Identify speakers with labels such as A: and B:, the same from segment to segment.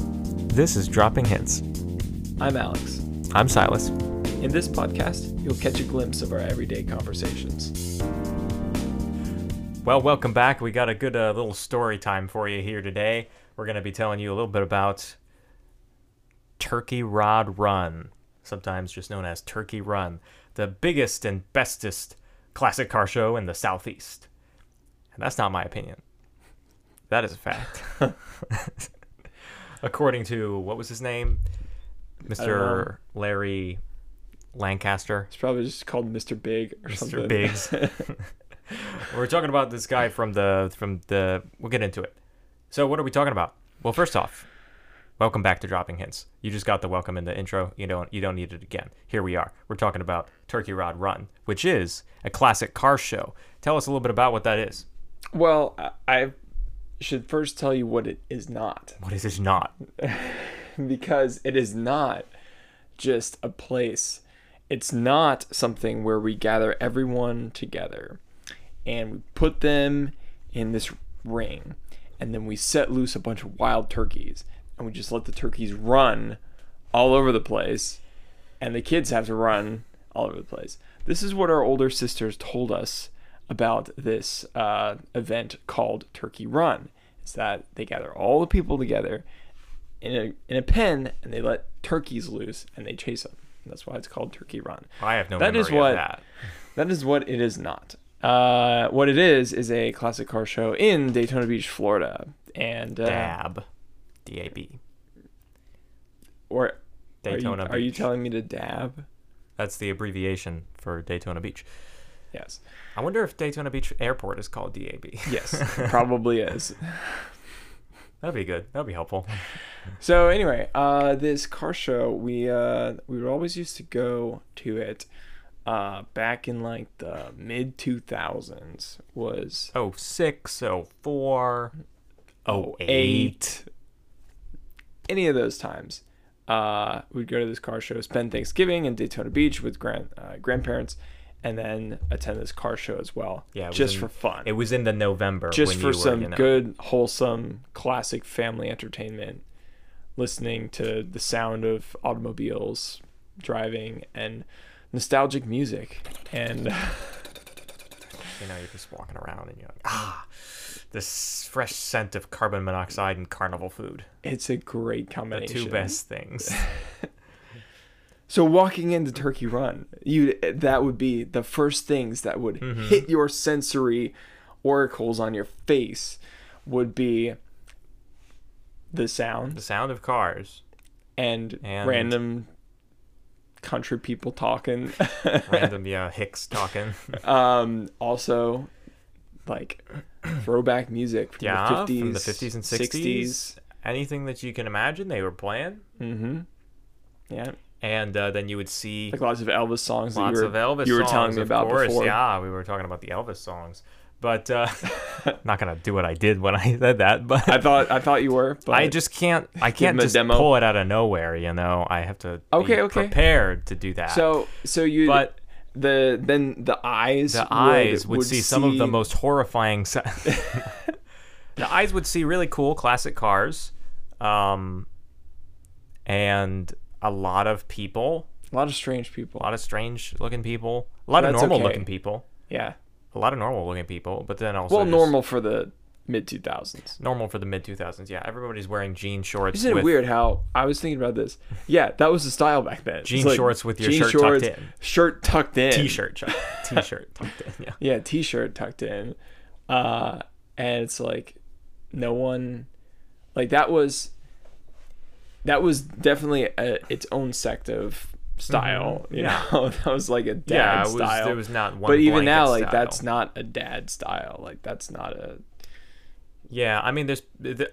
A: This is Dropping Hints.
B: I'm Alex.
A: I'm Silas.
B: In this podcast, you'll catch a glimpse of our everyday conversations.
A: Well, welcome back. We got a good uh, little story time for you here today. We're going to be telling you a little bit about Turkey Rod Run, sometimes just known as Turkey Run, the biggest and bestest classic car show in the Southeast. And that's not my opinion. That is a fact. According to what was his name? Mr. Larry Lancaster.
B: It's probably just called Mr. Big or something.
A: Mr. Biggs. We're talking about this guy from the from the. We'll get into it. So what are we talking about? Well, first off, welcome back to Dropping Hints. You just got the welcome in the intro. You don't you don't need it again. Here we are. We're talking about Turkey Rod Run, which is a classic car show. Tell us a little bit about what that is.
B: Well, I- I should first tell you what it is not,
A: What is it not?
B: because it is not just a place. It's not something where we gather everyone together and we put them in this ring and then we set loose a bunch of wild turkeys and we just let the turkeys run all over the place and the kids have to run all over the place. This is what our older sisters told us about this uh, event called Turkey Run. Is that they gather all the people together in a in a pen and they let turkeys loose and they chase them. And that's why it's called Turkey Run.
A: I have no
B: That
A: memory
B: is what-
A: of that.
B: That is what it is not. Uh, what it is is a classic car show in Daytona Beach, Florida, and uh,
A: Dab, D A B.
B: or are you-
A: Daytona
B: Are you,
A: Beach.
B: telling me to dab?
A: That's the abbreviation for Daytona Beach.
B: Yes,
A: I wonder if Daytona Beach Airport is called DAB.
B: yes, it probably is.
A: That'd be good. That'd be helpful.
B: So anyway, uh, this car show we uh, we would always used to go to it. Uh, back in like the mid two thousands was
A: Oh six, oh four, oh eight.
B: any of those times, uh, we'd go to this car show, spend Thanksgiving in Daytona Beach with grand uh, grandparents, and then attend this car show as well.
A: Yeah, it was
B: just
A: in-
B: for fun,
A: It was in the November.
B: just
A: when
B: for
A: you were,
B: some
A: you know-
B: good, wholesome, classic family entertainment. Listening to the sound of automobiles driving and nostalgic music, and
A: You know, you're just walking around and you're like, ah, this fresh scent of carbon monoxide and carnival food.
B: it's a great
A: The
B: combination.
A: two best things.
B: So walking into Turkey Run, you that would be the first things that would
A: Mm-hmm.
B: hit your sensory oracles on your face would be the
A: the
B: sound
A: sound of cars,
B: and,
A: And-
B: random country people talking.
A: random yeah Hicks talking.
B: um, also, like throwback music from
A: Yeah,
B: the 50s,
A: from the 50s and 60s. Anything that you can imagine, they were playing.
B: 60s. hmm Yeah,
A: And uh, then you would see
B: like lots of Elvis songs that
A: lots
B: you were,
A: of Elvis
B: you were
A: songs,
B: telling me
A: of
B: about
A: course.
B: before.
A: Yeah, we were talking about the Elvis songs. But uh, not gonna do what I did when I said that. But
B: I thought I thought you were, but
A: I just can't. I can't
B: him a
A: just
B: demo.
A: pull it out of nowhere. You know, I have to
B: Okay,
A: be
B: okay.
A: prepared to do that.
B: So so you
A: But-
B: the then the eyes
A: the eyes would, see, some of the most horrifying. se- the eyes would see really cool classic cars, um, and a lot of people,
B: a lot of strange
A: a
B: people.
A: lot of strange looking people, a lot of
B: That's
A: normal
B: okay.
A: looking people,
B: Yeah.
A: a lot of normal looking people. But then also
B: Well,
A: just
B: normal for the mid 2000s.
A: normal for the mid two thousands. Yeah, everybody's wearing jean shorts.
B: Isn't it
A: with,
B: weird how I was thinking about this? Yeah, that was the style back then. It's
A: Jean shorts with your
B: jean
A: shirt tucked
B: shorts,
A: in.
B: Shirt tucked in.
A: T-shirt, t-shirt tucked in. Yeah.
B: Yeah, t-shirt tucked in. Uh and it's like no one like that was that was definitely a, its own sect of style, you know. that was like a dad
A: Mm-hmm. Yeah, it was,
B: style.
A: there was not one.
B: but even
A: blanket
B: now like
A: style.
B: that's not a dad style like that's not a
A: yeah. I mean, there's. The,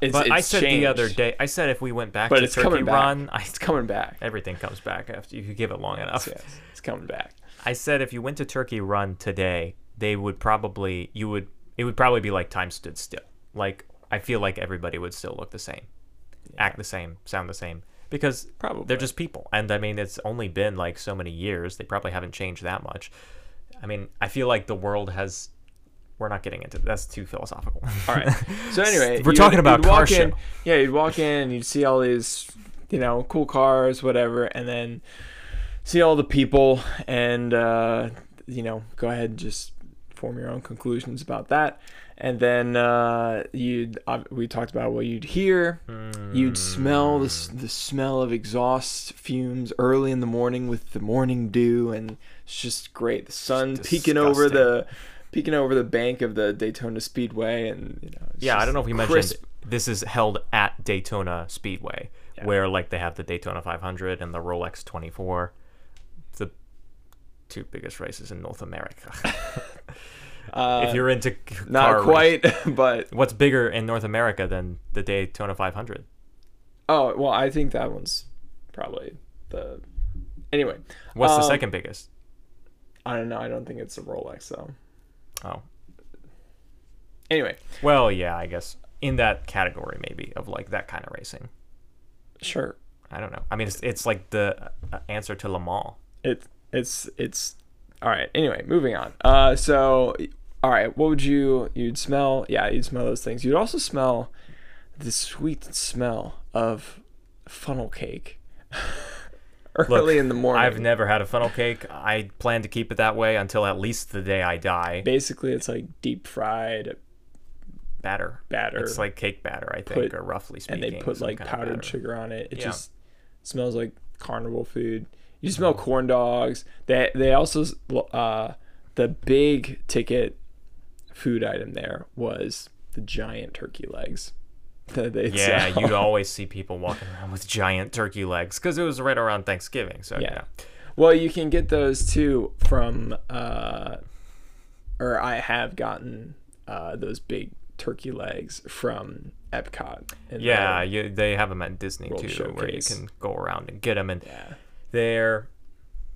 B: it's,
A: but I
B: it's
A: said the other
B: changed,
A: day. I said if we went back
B: But
A: to
B: it's
A: Turkey
B: coming back.
A: Run, I,
B: it's coming back
A: everything comes back after you give it long enough.
B: yes it's coming back
A: I said if you went to Turkey Run today, they would probably you would it would probably be like time stood still. Like I feel like everybody would still look the same, act the same, sound the same because
B: Probably.
A: they're just people. And I mean, it's only been like so many years. They probably haven't changed that much. I mean, I feel like the world has. We're not getting into that's too philosophical.
B: all right so anyway
A: We're
B: you'd-
A: talking about
B: you'd
A: car
B: walk in,
A: show.
B: yeah, you'd walk in and you'd see all these, you know, cool cars, whatever, and then see all the people and, uh, you know, go ahead and just form your own conclusions about that. And then uh, you'd, uh, we talked about what you'd hear. You'd smell the, s- the smell of exhaust fumes early in the morning with the morning dew, and it's just great. The sun peeking over
A: disgusting.
B: the peeking over the bank of the Daytona Speedway, and you know. it's
A: Yeah, I
B: just
A: don't know if we
B: crisp.
A: mentioned this is held at Daytona Speedway, where like they have the Daytona 500 and the Rolex 24, the two biggest races in North America. if you're into c- car
B: uh, Not
A: race-
B: quite, but
A: what's bigger in North America than the Daytona 500?
B: oh well, I think that one's probably the. Anyway,
A: What's the
B: Um,
A: second biggest?
B: I don't know. I don't think it's a Rolex though.
A: Oh,
B: Anyway,
A: well, yeah, I guess in that category maybe of like that kind of racing.
B: sure.
A: I don't know. I mean, it's, it's like the uh, answer to Le Mans.
B: It it's it's all right. Anyway, moving on. Uh, so all right, what would you you'd smell? Yeah, you'd smell those things. You'd also smell the sweet smell of funnel cake early in the morning.
A: I've never had a funnel cake. I plan to keep it that way until at least the day I die.
B: Basically, it's like deep fried
A: Batter.
B: batter.
A: It's like cake batter, I think,
B: Put-
A: or roughly speaking.
B: and they put
A: some
B: like
A: kind of
B: powdered
A: batter.
B: sugar on it. It
A: Yeah.
B: just smells like carnival food. You smell corn dogs. They they also s- uh, the big ticket food item there was the giant turkey legs. That they
A: Yeah,
B: sell.
A: you'd always see people walking around with giant turkey legs because it was right around Thanksgiving. So
B: Yeah.
A: yeah,
B: Well, you can get those too from, uh, or I have gotten uh, those big turkey legs from Epcot. in the-
A: yeah, you, they have them at Disney too, where you
B: Showcase.
A: can go around and get them, and
B: Yeah.
A: they're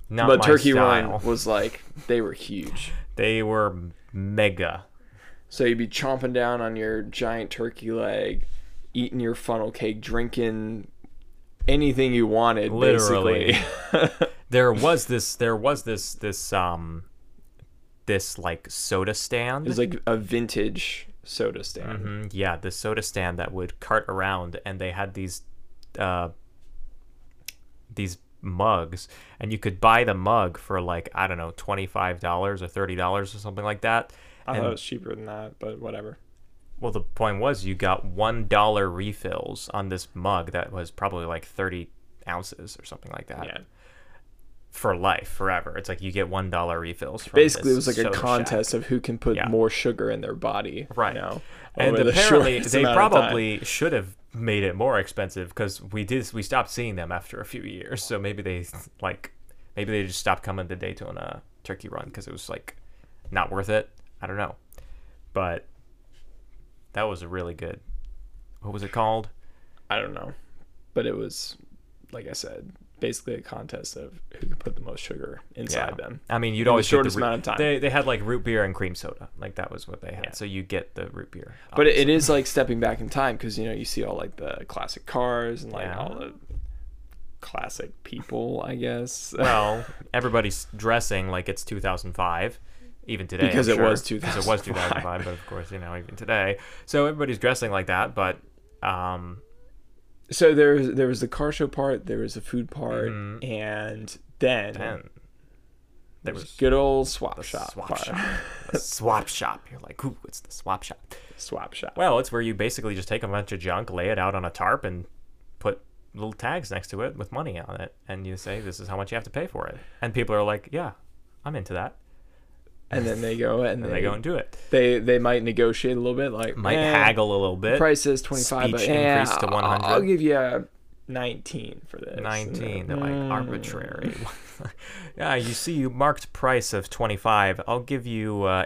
A: not
B: But
A: my
B: turkey
A: style.
B: one was like they were huge.
A: They were mega.
B: So you'd be chomping down on your giant turkey leg, eating your funnel cake, drinking anything you wanted,
A: Literally.
B: basically.
A: There was this. There was this. This um. This like soda stand.
B: it was like a vintage soda stand.
A: Mm, yeah, the soda stand that would cart around, and they had these, uh, these mugs, and you could buy the mug for like I don't know, twenty five dollars or thirty dollars or something like that.
B: I
A: And-
B: thought it was cheaper than that, but whatever.
A: Well, the point was you got one dollar refills on this mug that was probably like thirty ounces or something like that
B: Yeah.
A: for life, forever. It's like you get one dollar refills. From
B: Basically, it
A: this
B: was like a
A: soda shack.
B: contest of who can put
A: Yeah.
B: more sugar in their body.
A: Right.
B: You know,
A: and
B: over the
A: apparently
B: shortest
A: they
B: amount of time.
A: probably should have made it more expensive because we did we stopped seeing them after a few years so maybe they like maybe they just stopped coming to daytona turkey run because it was like not worth it i don't know but that was a really good what was it called
B: I don't know. But it was, like I said, basically a contest of who could put the most sugar inside them.
A: i mean you'd
B: the
A: always get
B: shortest
A: root-
B: amount of time.
A: they, they had like root beer and cream soda like that was what they had so you get the root beer
B: But it, it is like stepping back in time because you know you see all like the classic cars and like
A: Yeah.
B: all the classic people, I guess.
A: well, everybody's dressing like it's 2005, even today. I'm
B: Because it
A: sure,
B: was
A: Because it was 2005, but of course, you know, even today. So everybody's dressing like that, but um,
B: so there was there was the car show part, there was the food part, and then
A: Mm-hmm. then there was
B: good old swap shop
A: swap
B: part.
A: shop. The swap shop. You're like, ooh, it's the swap shop.
B: swap shop.
A: Well, it's where you basically just take a bunch of junk, lay it out on a tarp, and put little tags next to it with money on it, and you say, this is how much you have to pay for it. And people are like, yeah, I'm into that.
B: And then they go
A: And
B: and, they,
A: they go and do it.
B: they they might negotiate a little bit, like
A: Might
B: "Eh,
A: haggle a little bit.
B: Price is twenty five, but
A: Speech
B: eh,
A: increase to
B: I'll-
A: 100.
B: I'll give you a nineteen for this. And then-
A: 19 they're like
B: Mm.
A: arbitrary yeah you see you marked price of 25 i'll give you uh,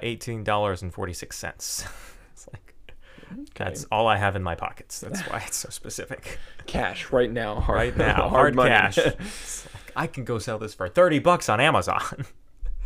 A: $18.46 it's like that's all i have in my pockets that's why it's so specific
B: cash right now, hard,
A: right now hard,
B: money.
A: cash It's like, i can go sell this for 30 bucks on amazon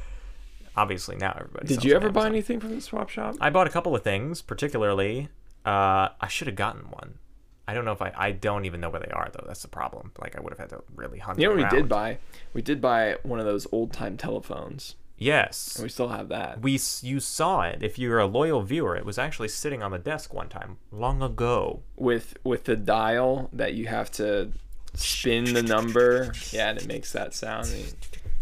A: obviously now everybody
B: Did
A: sells
B: you
A: on
B: ever buy
A: Amazon.
B: anything from the swap shop?
A: i bought a couple of things particularly uh, i should have gotten one I don't know if I. I don't even know where they are though. That's the problem. Like I would have had to really hunt.
B: You know what
A: around.
B: we did buy? We did buy one of those old time telephones.
A: Yes.
B: We still have that.
A: we s- you saw it if you're a loyal viewer it was actually sitting on the desk one time long ago
B: with with the dial that you have to spin the number. Yeah, and it makes that sound. And-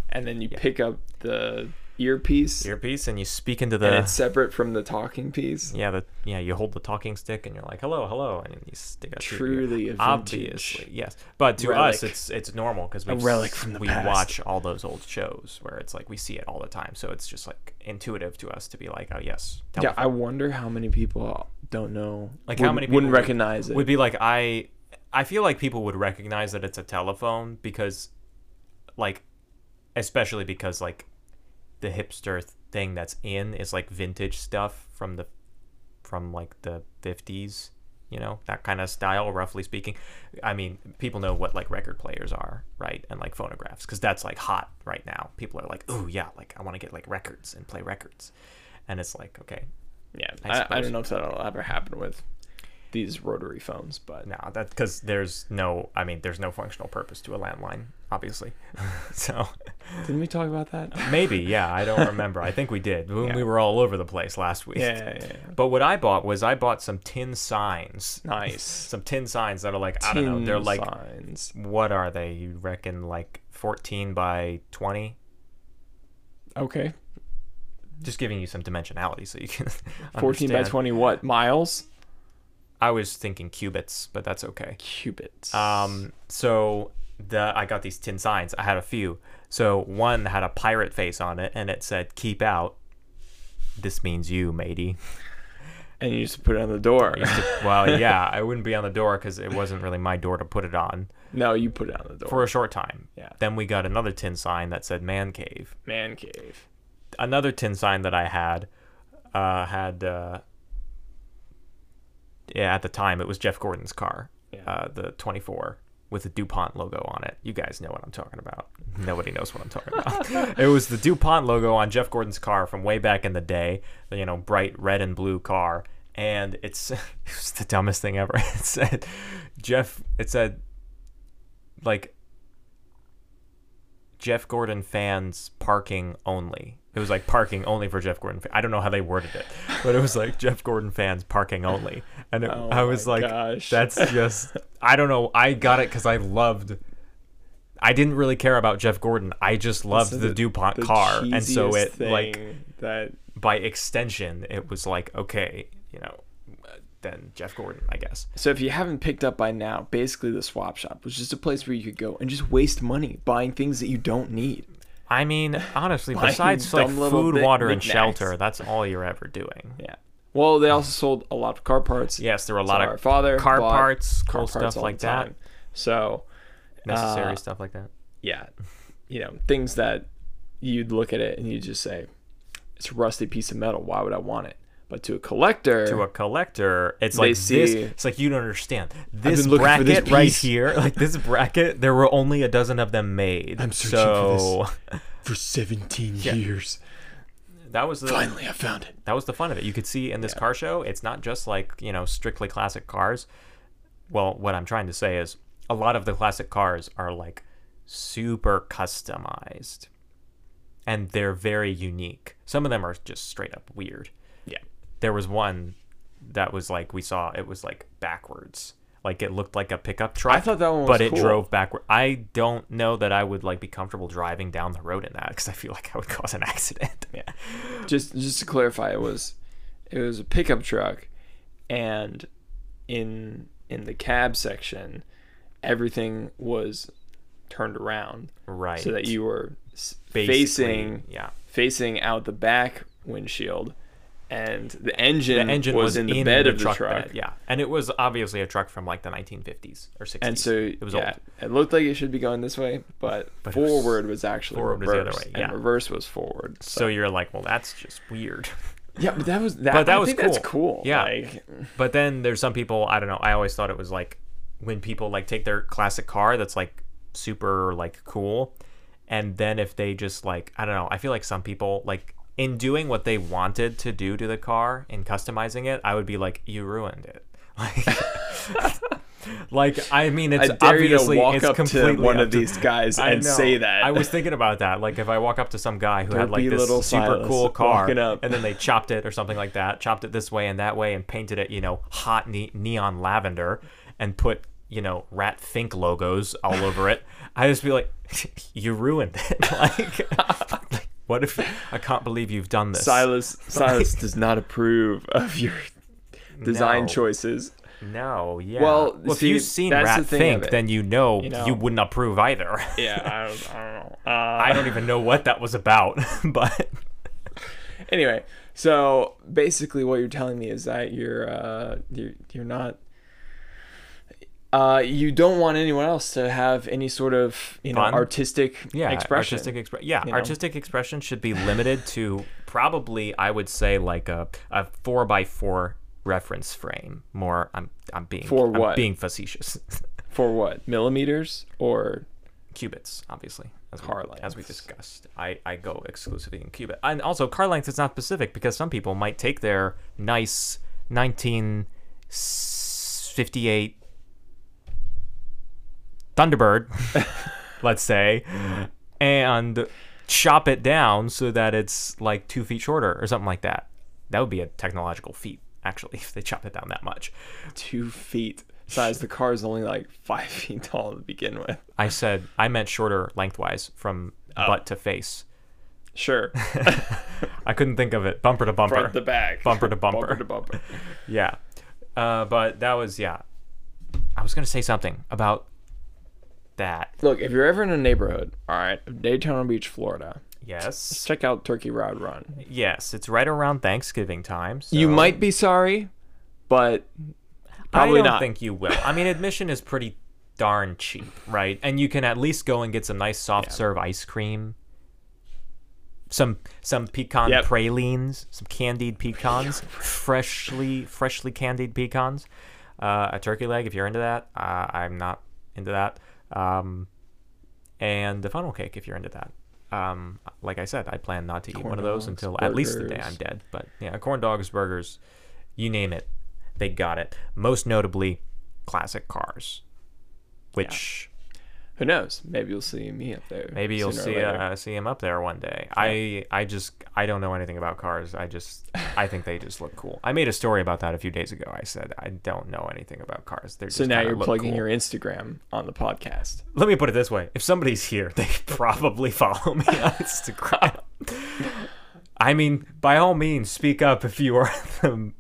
B: And then you pick up the earpiece,
A: earpiece and you speak into
B: and
A: the
B: it's separate from the talking piece.
A: yeah the yeah you hold the talking stick and you're like hello hello and then you stick it to your ear.
B: Truly a vintage.
A: obviously yes but to us
B: relic.
A: it's it's normal because we
B: relic from the
A: we
B: past.
A: watch all those old shows where it's like we see it all the time so it's just like intuitive to us to be like oh yes tell
B: Yeah, I wonder how many people don't know.
A: Like, how
B: wouldn't-
A: many
B: wouldn't
A: people would-
B: recognize it?
A: would be like I I feel like people would recognize that it's a telephone because like especially because like the hipster thing that's in is like vintage stuff from the from like the 50s, you know, that kind of style roughly speaking. I mean, people know what like record players are, right? And like phonographs cuz that's like hot right now. People are like, "Oh, yeah, like I want to get like records and play records." And it's like, okay,
B: yeah,
A: I
B: I, I,
A: suppose.
B: don't know if that'll ever happen with these rotary phones, but
A: No, that because there's no, I mean, there's no functional purpose to a landline, obviously. so
B: didn't we talk about that?
A: maybe, yeah, I don't remember. I think we did when
B: Yeah.
A: we were all over the place last week.
B: yeah, yeah, yeah.
A: But what I bought was I bought some tin signs,
B: nice.
A: some tin signs that are like I don't know, they're
B: Tin
A: like
B: signs.
A: what are they? You reckon like 14 by 20?
B: okay,
A: Just giving you some dimensionality so you can.
B: fourteen by
A: understand.
B: twenty. What miles?
A: I was thinking cubits, but that's okay.
B: Cubits.
A: Um, so the I got these tin signs. I had a few. So one had a pirate face on it, and it said "Keep out." This means you, matey.
B: and you just put it on the door.
A: well, yeah, I wouldn't be on the door because it wasn't really my door to put it on
B: no, you put it on the door.
A: for a short time.
B: Yeah.
A: Then we got another tin sign that said "Man Cave."
B: Man cave.
A: Another tin sign that I had uh, had. Uh, yeah, at the time it was Jeff Gordon's car,
B: Yeah.
A: uh, the 24 with the DuPont logo on it. You guys know what I'm talking about. Nobody knows what I'm talking about. it was the DuPont logo on Jeff Gordon's car from way back in the day, the, you know, bright red and blue car. And it's it was the dumbest thing ever. It said Jeff it said like Jeff Gordon fans parking only. It was like parking only for Jeff Gordon. fa- I don't know how they worded it, but it was like Jeff Gordon fans parking only. And it,
B: Oh
A: I was
B: my
A: like,
B: gosh.
A: that's just I don't know. I got it because I loved. I didn't really care about Jeff Gordon. I just loved
B: So
A: the, DuPont car, and so
B: cheesiest
A: it like
B: thing that.
A: by extension, it was like okay, you know, uh, then Jeff Gordon, I guess.
B: So if you haven't picked up by now, basically the swap shop was just a place where you could go and just waste money buying things that you don't need.
A: I mean, honestly,
B: Buying
A: besides like
B: dumb little
A: food,
B: bit-
A: water, and
B: knickknacks.
A: shelter, that's all you're ever doing.
B: Yeah. Well, they also sold a lot of car parts.
A: Yes, there were a
B: So
A: lot
B: our
A: of
B: father
A: car
B: bought
A: parts,
B: car
A: cool
B: parts
A: stuff
B: all
A: like
B: the
A: that,
B: time. So
A: necessary
B: Uh,
A: stuff like that.
B: yeah, you know things that you'd look at it and you would just say, "It's a rusty piece of metal. Why would I want it?" But to a collector,
A: to a collector, it's like this.
B: see-
A: It's like you don't understand this
B: been looking for
A: bracket
B: this
A: right
B: piece.
A: here. Like this bracket, there were only a dozen of them made. I'm
B: searching for
A: so
B: for 17 years.
A: that was the
B: Finally, I found it.
A: that was the fun of it. You could see in this car show, it's not just like you know strictly classic cars. Well, what I'm trying to say is a lot of the classic cars are like super customized, and they're very unique. Some of them are just straight up weird.
B: Yeah.
A: there was one that was like we saw it was like backwards like it looked like a pickup truck
B: I thought that one was
A: but it
B: cool.
A: drove backward i don't know that i would like be comfortable driving down the road in that because i feel like i would cause an accident yeah
B: Just just to clarify, it was it was a pickup truck and in in the cab section everything was turned around
A: right
B: so that you were s
A: Basically,
B: facing
A: yeah
B: facing out the back windshield and the engine,
A: the engine
B: was, in the bed of the truck,
A: bed, yeah and it was obviously a truck from like the 1950s or 60s
B: and so
A: it was
B: yeah,
A: old
B: it looked like it should be going this way but,
A: But it was-
B: forward was, actually
A: forward was
B: reverse
A: the other way, yeah.
B: and reverse was forward
A: so, you're like well that's just weird
B: Yeah, but that was that.
A: But that
B: I
A: was
B: think That's
A: cool.
B: cool.
A: Yeah.
B: Like,
A: But then there's some people I don't know. I always thought it was like when people like take their classic car that's like super like cool, and then if they just like I don't know. I feel like some people like in doing what they wanted to do to the car and customizing it, I would be like, you ruined it. Like Like I mean, it's
B: I dare you
A: obviously
B: to walk
A: it's
B: up to
A: completely
B: one
A: up
B: of
A: to-
B: these guys
A: I
B: and
A: know.
B: say that.
A: I was thinking about that. Like if I walk up to some guy who
B: There'd
A: had like
B: be
A: this
B: little
A: super
B: Silas
A: cool car
B: walking up.
A: and then they chopped it or something like that, chopped it this way and that way and painted it, you know, hot ne- neon lavender and put, you know, Rat Think logos all over it. I just be like, you ruined it. like, like, what if I can't believe you've done this?
B: Silas Silas does not approve of your design
A: No.
B: choices.
A: No, yeah.
B: Well,
A: if
B: see,
A: you've seen
B: that's the
A: Rat
B: thing of
A: Think,
B: it.
A: then you know, you
B: know.
A: wouldn't approve either.
B: Yeah, I don't, I don't know. Uh,
A: I don't even know what that was about, but
B: anyway, so basically, what you're telling me is that you're uh, you're, you're not. Uh, you don't want anyone else to have any sort of you know
A: Fun?
B: artistic
A: yeah,
B: expression.
A: Artistic expre- yeah,
B: know?
A: artistic expression should be limited to probably I would say like a a four by four reference frame. More, I'm I'm being
B: For
A: I'm
B: what?
A: being facetious.
B: for what millimeters or
A: Qubits, obviously, as we,
B: Car
A: as we
B: lengths.
A: discussed. I I go exclusively in qubit, and also car length is not specific because some people might take their nice 1958 Thunderbird, let's say, and chop it down so that it's like two feet shorter or something like that. That would be a technological feat, actually, if they chop it down that much.
B: two feet size. The car is only like five feet tall to begin with.
A: I said I meant shorter lengthwise from
B: Oh.
A: butt to face.
B: Sure,
A: I couldn't think of it. Bumper to bumper.
B: front to back,
A: Bumper to bumper.
B: bumper to bumper.
A: Yeah. Uh, but that was yeah. I was gonna say something about that.
B: Look, if you're ever in a neighborhood, all right, of Daytona Beach, Florida,
A: Yes.
B: check out Turkey Rod Run.
A: Yes. It's right around Thanksgiving time. So
B: You might be sorry, but probably
A: I don't
B: not.
A: think you will. I mean, admission is pretty darn cheap, right? And you can at least go and get some nice soft serve ice cream. Some some pecan
B: Yep.
A: pralines, some candied pecans, freshly freshly candied pecans, uh, a turkey leg if you're into that. Uh, I'm not into that, um, and a funnel cake if you're into that. Um, like I said, I plan not to eat one of those
B: dogs,
A: until at least the day
B: burgers.
A: I'm dead. But yeah, corn dogs, burgers, you name it, they got it. Most notably, classic cars, which
B: Who knows? Maybe you'll see me up there.
A: maybe you'll
B: sooner or
A: see
B: later.
A: uh, see him up there one day. I I just I don't know anything about cars. I just I think they just look cool. I made a story about that a few days ago. I said I don't know anything about cars. They're
B: so
A: just
B: now
A: kinda
B: you're
A: look
B: plugging
A: cool."
B: your Instagram on the podcast.
A: Let me put it this way: if somebody's here, they probably follow me on Instagram. I mean, by all means, speak up if you are the,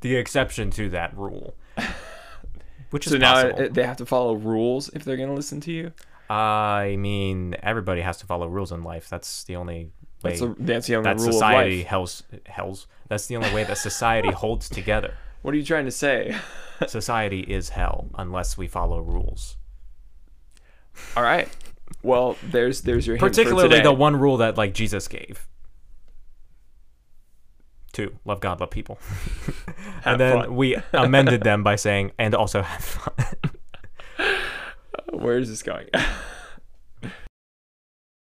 A: the exception to that rule. Which is
B: So now
A: possible.
B: uh, they have to follow rules if they're going to listen to you.
A: I mean, everybody has to follow rules in life. That's the only way
B: That's, a, that's the only
A: that
B: rule
A: society
B: of life.
A: hells hells. That's the only way that society holds together.
B: What are you trying to say?
A: Society is hell unless we follow rules.
B: All right. Well, there's there's your hint for
A: Particularly
B: today.
A: the one rule that like Jesus gave. Two, love God, love people. and then
B: fun.
A: we amended them by saying, and also have fun.
B: Where is this going?